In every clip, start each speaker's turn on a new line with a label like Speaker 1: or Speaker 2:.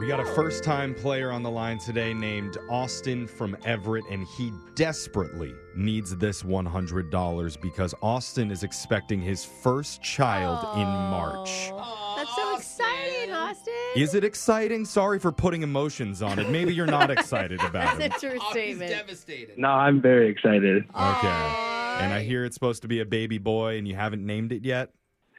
Speaker 1: We got a first time player on the line today named Austin from Everett, and he desperately needs this $100 because Austin is expecting his first child in March.
Speaker 2: Oh, That's so exciting, Austin.
Speaker 1: Is it exciting? Sorry for putting emotions on it. Maybe you're not excited about it.
Speaker 2: That's a true
Speaker 3: He's
Speaker 2: statement.
Speaker 3: devastated.
Speaker 4: No, I'm very excited.
Speaker 1: Okay. And I hear it's supposed to be a baby boy, and you haven't named it yet.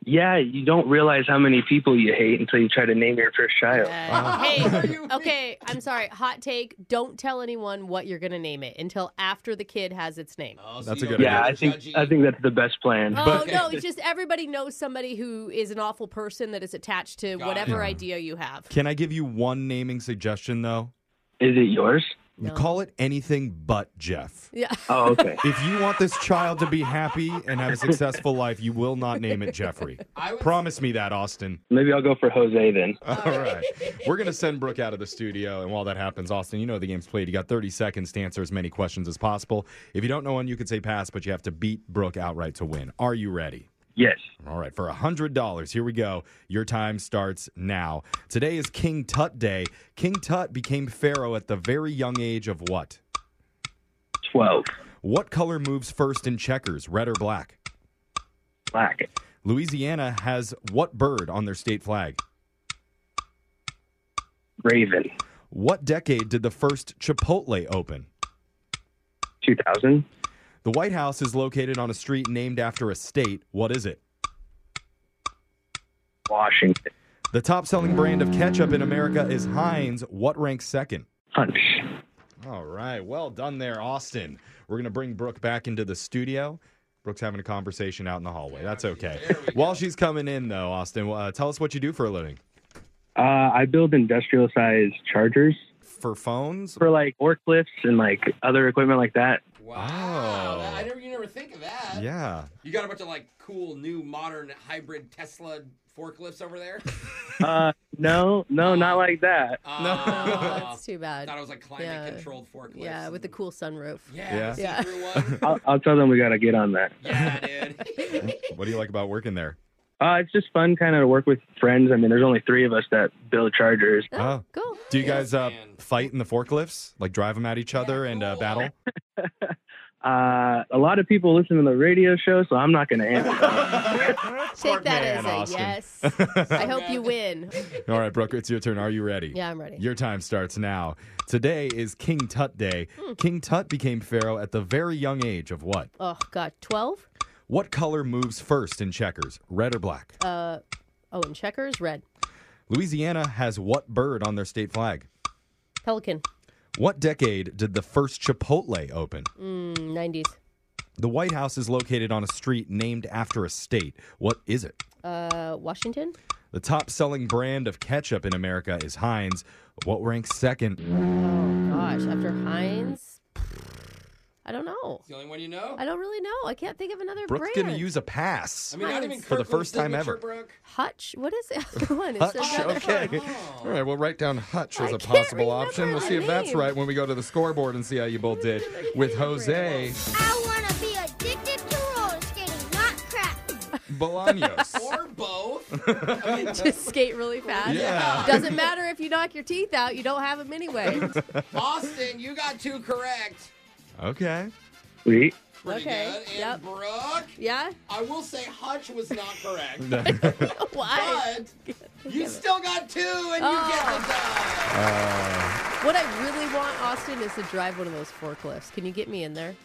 Speaker 4: Yeah, you don't realize how many people you hate until you try to name your first child.
Speaker 2: Uh,
Speaker 3: Are
Speaker 2: hey,
Speaker 3: you-
Speaker 2: okay, I'm sorry. Hot take. Don't tell anyone what you're going to name it until after the kid has its name.
Speaker 3: Oh,
Speaker 1: That's
Speaker 3: you
Speaker 1: a good
Speaker 3: don't
Speaker 1: idea.
Speaker 4: Yeah,
Speaker 3: get
Speaker 4: I think
Speaker 3: judgy.
Speaker 4: I think that's the best plan.
Speaker 2: Oh,
Speaker 1: But-
Speaker 2: no, it's just everybody knows somebody who is an awful person that is attached to
Speaker 3: Got
Speaker 2: whatever
Speaker 1: it.
Speaker 2: idea you have.
Speaker 1: Can I give you one naming suggestion, though?
Speaker 4: Is it yours?
Speaker 1: You
Speaker 2: No.
Speaker 1: Call it anything but Jeff.
Speaker 2: Yeah.
Speaker 4: Oh, okay.
Speaker 1: If you want this child to be happy and have a successful life, you will not name it Jeffrey.
Speaker 3: I would-
Speaker 1: Promise me that, Austin.
Speaker 4: Maybe I'll go for Jose then.
Speaker 1: All right. We're going to send Brooke out of the studio. And while that happens, Austin, you know the game's played. You got 30 seconds to answer as many questions as possible. If you don't know one, you can say pass, but you have to beat Brooke outright to win. Are you ready?
Speaker 4: Yes.
Speaker 1: All right, for $100, here we go. Your time starts now. Today is King Tut Day. King Tut became pharaoh at the very young age of what?
Speaker 4: Twelve.
Speaker 1: What color moves first in checkers, red or black?
Speaker 4: Black.
Speaker 1: Louisiana has what bird on their state flag?
Speaker 4: Raven.
Speaker 1: What decade did the first Chipotle open?
Speaker 4: Two thousand.
Speaker 1: The White House is located on a street named after a state. What is it?
Speaker 4: Washington.
Speaker 1: The top selling brand of ketchup in America is Heinz. What ranks second?
Speaker 4: Punch.
Speaker 1: All right. Well done there, Austin. We're going to bring Brooke back into the studio. Brooke's having a conversation out in the hallway. That's okay. While she's coming in, though, Austin, uh, tell us what you do for a living.
Speaker 4: Uh, I build industrial sized chargers
Speaker 1: For phones?
Speaker 4: for like forklifts and like other equipment like that.
Speaker 3: Wow.
Speaker 1: Oh.
Speaker 3: that- I never, you never think of that.
Speaker 1: Yeah.
Speaker 3: You got a bunch of like cool new modern hybrid Tesla forklifts over there.
Speaker 4: Uh, no, no, not like that.
Speaker 3: Uh,
Speaker 2: Oh, that's too bad.
Speaker 3: thought it was like climate
Speaker 2: Yeah.
Speaker 3: controlled forklifts.
Speaker 2: Yeah, with the
Speaker 3: and-
Speaker 2: cool sunroof.
Speaker 3: Yeah, the
Speaker 2: Yeah.
Speaker 3: see-through one.
Speaker 4: I'll, I'll tell them we gotta get on that.
Speaker 3: Yeah, dude.
Speaker 1: What do you like about working there?
Speaker 4: Uh, it's just fun, kind of to work with friends. I mean, there's only three of us that build chargers.
Speaker 1: Oh.
Speaker 2: Cool.
Speaker 1: Do you guys uh,
Speaker 3: man.
Speaker 1: fight in the forklifts? Like drive them at each other and uh,
Speaker 3: cool.
Speaker 1: battle?
Speaker 4: Uh, a lot of people listen to the radio show, so I'm not gonna answer.
Speaker 2: Take that
Speaker 1: man,
Speaker 2: as a
Speaker 1: Austin.
Speaker 2: yes. I hope you win.
Speaker 1: All right, Brooke, it's your turn. Are you ready?
Speaker 2: Yeah, I'm ready.
Speaker 1: Your time starts now. Today is King Tut Day.
Speaker 2: Hmm.
Speaker 1: King Tut became pharaoh at the very young age of what?
Speaker 2: Oh, God. 12?
Speaker 1: What color moves first in checkers, red or black?
Speaker 2: Uh, oh, and checkers? Red.
Speaker 1: Louisiana has what bird on their state flag?
Speaker 2: Pelican.
Speaker 1: What decade did the first Chipotle open?
Speaker 2: Mm, 90s.
Speaker 1: The White House is located on a street named after a state. What is it?
Speaker 2: Uh, Washington?
Speaker 1: The top selling brand of ketchup in America is Heinz. What ranks second?
Speaker 2: Oh, gosh. After Heinz? I don't know.
Speaker 3: It's the only one you know.
Speaker 2: I don't really know. I can't think of another
Speaker 1: Brooke's
Speaker 2: brand.
Speaker 1: going to use a pass.
Speaker 3: I mean, not even
Speaker 2: Heinz.
Speaker 1: For the
Speaker 3: Kirkland
Speaker 1: first time
Speaker 3: Signature,
Speaker 1: ever.
Speaker 3: Brooke.
Speaker 2: Hutch? What is the other one? It's
Speaker 1: Hutch,
Speaker 2: another-
Speaker 1: okay. All right, we'll write down Hutch as
Speaker 2: I
Speaker 1: a
Speaker 2: can't
Speaker 1: possible
Speaker 2: remember
Speaker 1: option. We'll
Speaker 2: the
Speaker 1: see if that's
Speaker 2: name.
Speaker 1: right when we go to the scoreboard and see how you both did. With Jose
Speaker 5: I want to be addicted to roller skating, not crack.
Speaker 1: Bolaños.
Speaker 3: Or both. I mean,
Speaker 2: Just skate really fast.
Speaker 1: Yeah.
Speaker 2: Doesn't matter if you knock your teeth out, you don't have them anyway.
Speaker 3: Austin, you got two correct.
Speaker 1: okay.
Speaker 4: Sweet.
Speaker 3: Pretty
Speaker 2: Okay,
Speaker 3: good. And
Speaker 2: yep.
Speaker 3: Brooke,
Speaker 2: Yeah?
Speaker 3: I will say Hutch was not correct.
Speaker 2: Why?
Speaker 3: But you still got two, and you get the
Speaker 2: Oh.
Speaker 3: dog.
Speaker 1: Uh,
Speaker 2: What I really want, Austin, is to drive one of those forklifts. Can you get me in there?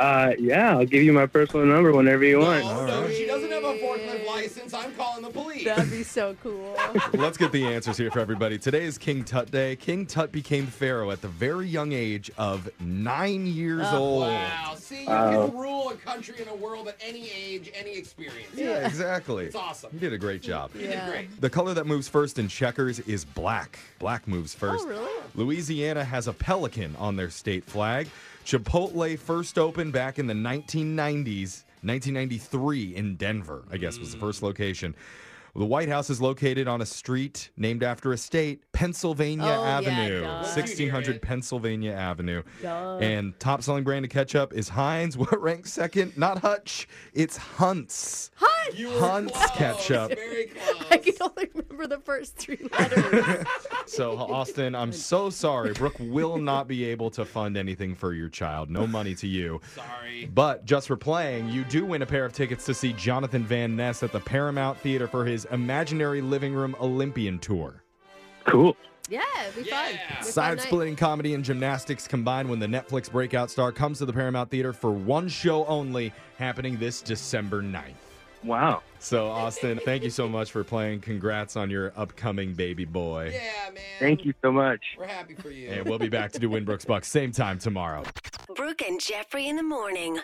Speaker 4: Uh, yeah, I'll give you my personal number whenever you want.
Speaker 3: Oh, no, she doesn't have a forklift license. I'm calling the police.
Speaker 2: That'd be so cool.
Speaker 1: let's get the answers here for everybody. Today is King Tut Day. King Tut became pharaoh at the very young age of nine years
Speaker 2: Oh,
Speaker 1: old.
Speaker 3: Wow. See, you
Speaker 4: Oh. Wow.
Speaker 3: can rule a country and a world at any age, any experience.
Speaker 1: Yeah, exactly.
Speaker 3: It's awesome.
Speaker 1: You did a great job.
Speaker 3: You did
Speaker 2: Yeah.
Speaker 3: great.
Speaker 1: The color that moves first in checkers is black. Black moves first.
Speaker 2: Oh, really?
Speaker 1: Louisiana has a pelican on their state flag. Chipotle first opened back in the 1990s, 1993 in Denver, I guess was the first location. The White House is located on a street named after a state, Pennsylvania
Speaker 2: Oh, yeah,
Speaker 1: Avenue,
Speaker 2: duh.
Speaker 1: 1600
Speaker 3: Dude.
Speaker 1: Pennsylvania Avenue.
Speaker 2: Duh.
Speaker 1: And top selling brand of ketchup is Heinz. What ranks second? Not Hutch, it's Hunt's.
Speaker 2: it!
Speaker 3: You were
Speaker 1: Hunt's
Speaker 3: close,
Speaker 1: ketchup.
Speaker 3: Very close.
Speaker 2: I can only remember the first three letters.
Speaker 1: So Austin, I'm so sorry. Brooke will not be able to fund anything for your child. No money to you.
Speaker 3: Sorry.
Speaker 1: But just for playing, you do win a pair of tickets to see Jonathan Van Ness at the Paramount Theater for his Imaginary Living Room Olympian Tour.
Speaker 4: Cool.
Speaker 2: yeah, it'd be
Speaker 3: Yeah.
Speaker 2: fun. It'd be a fun
Speaker 1: Side
Speaker 2: night.
Speaker 1: splitting comedy and gymnastics combined when the Netflix breakout star comes to the Paramount Theater for one show only, happening this December 9th.
Speaker 4: Wow.
Speaker 1: So, Austin, thank you so much for playing. Congrats on your upcoming baby boy.
Speaker 3: Yeah, man.
Speaker 4: Thank you so much.
Speaker 3: We're happy for you.
Speaker 1: And we'll be back to do Winbrook's Bucks same time tomorrow.
Speaker 6: Brooke and Jeffrey in the morning.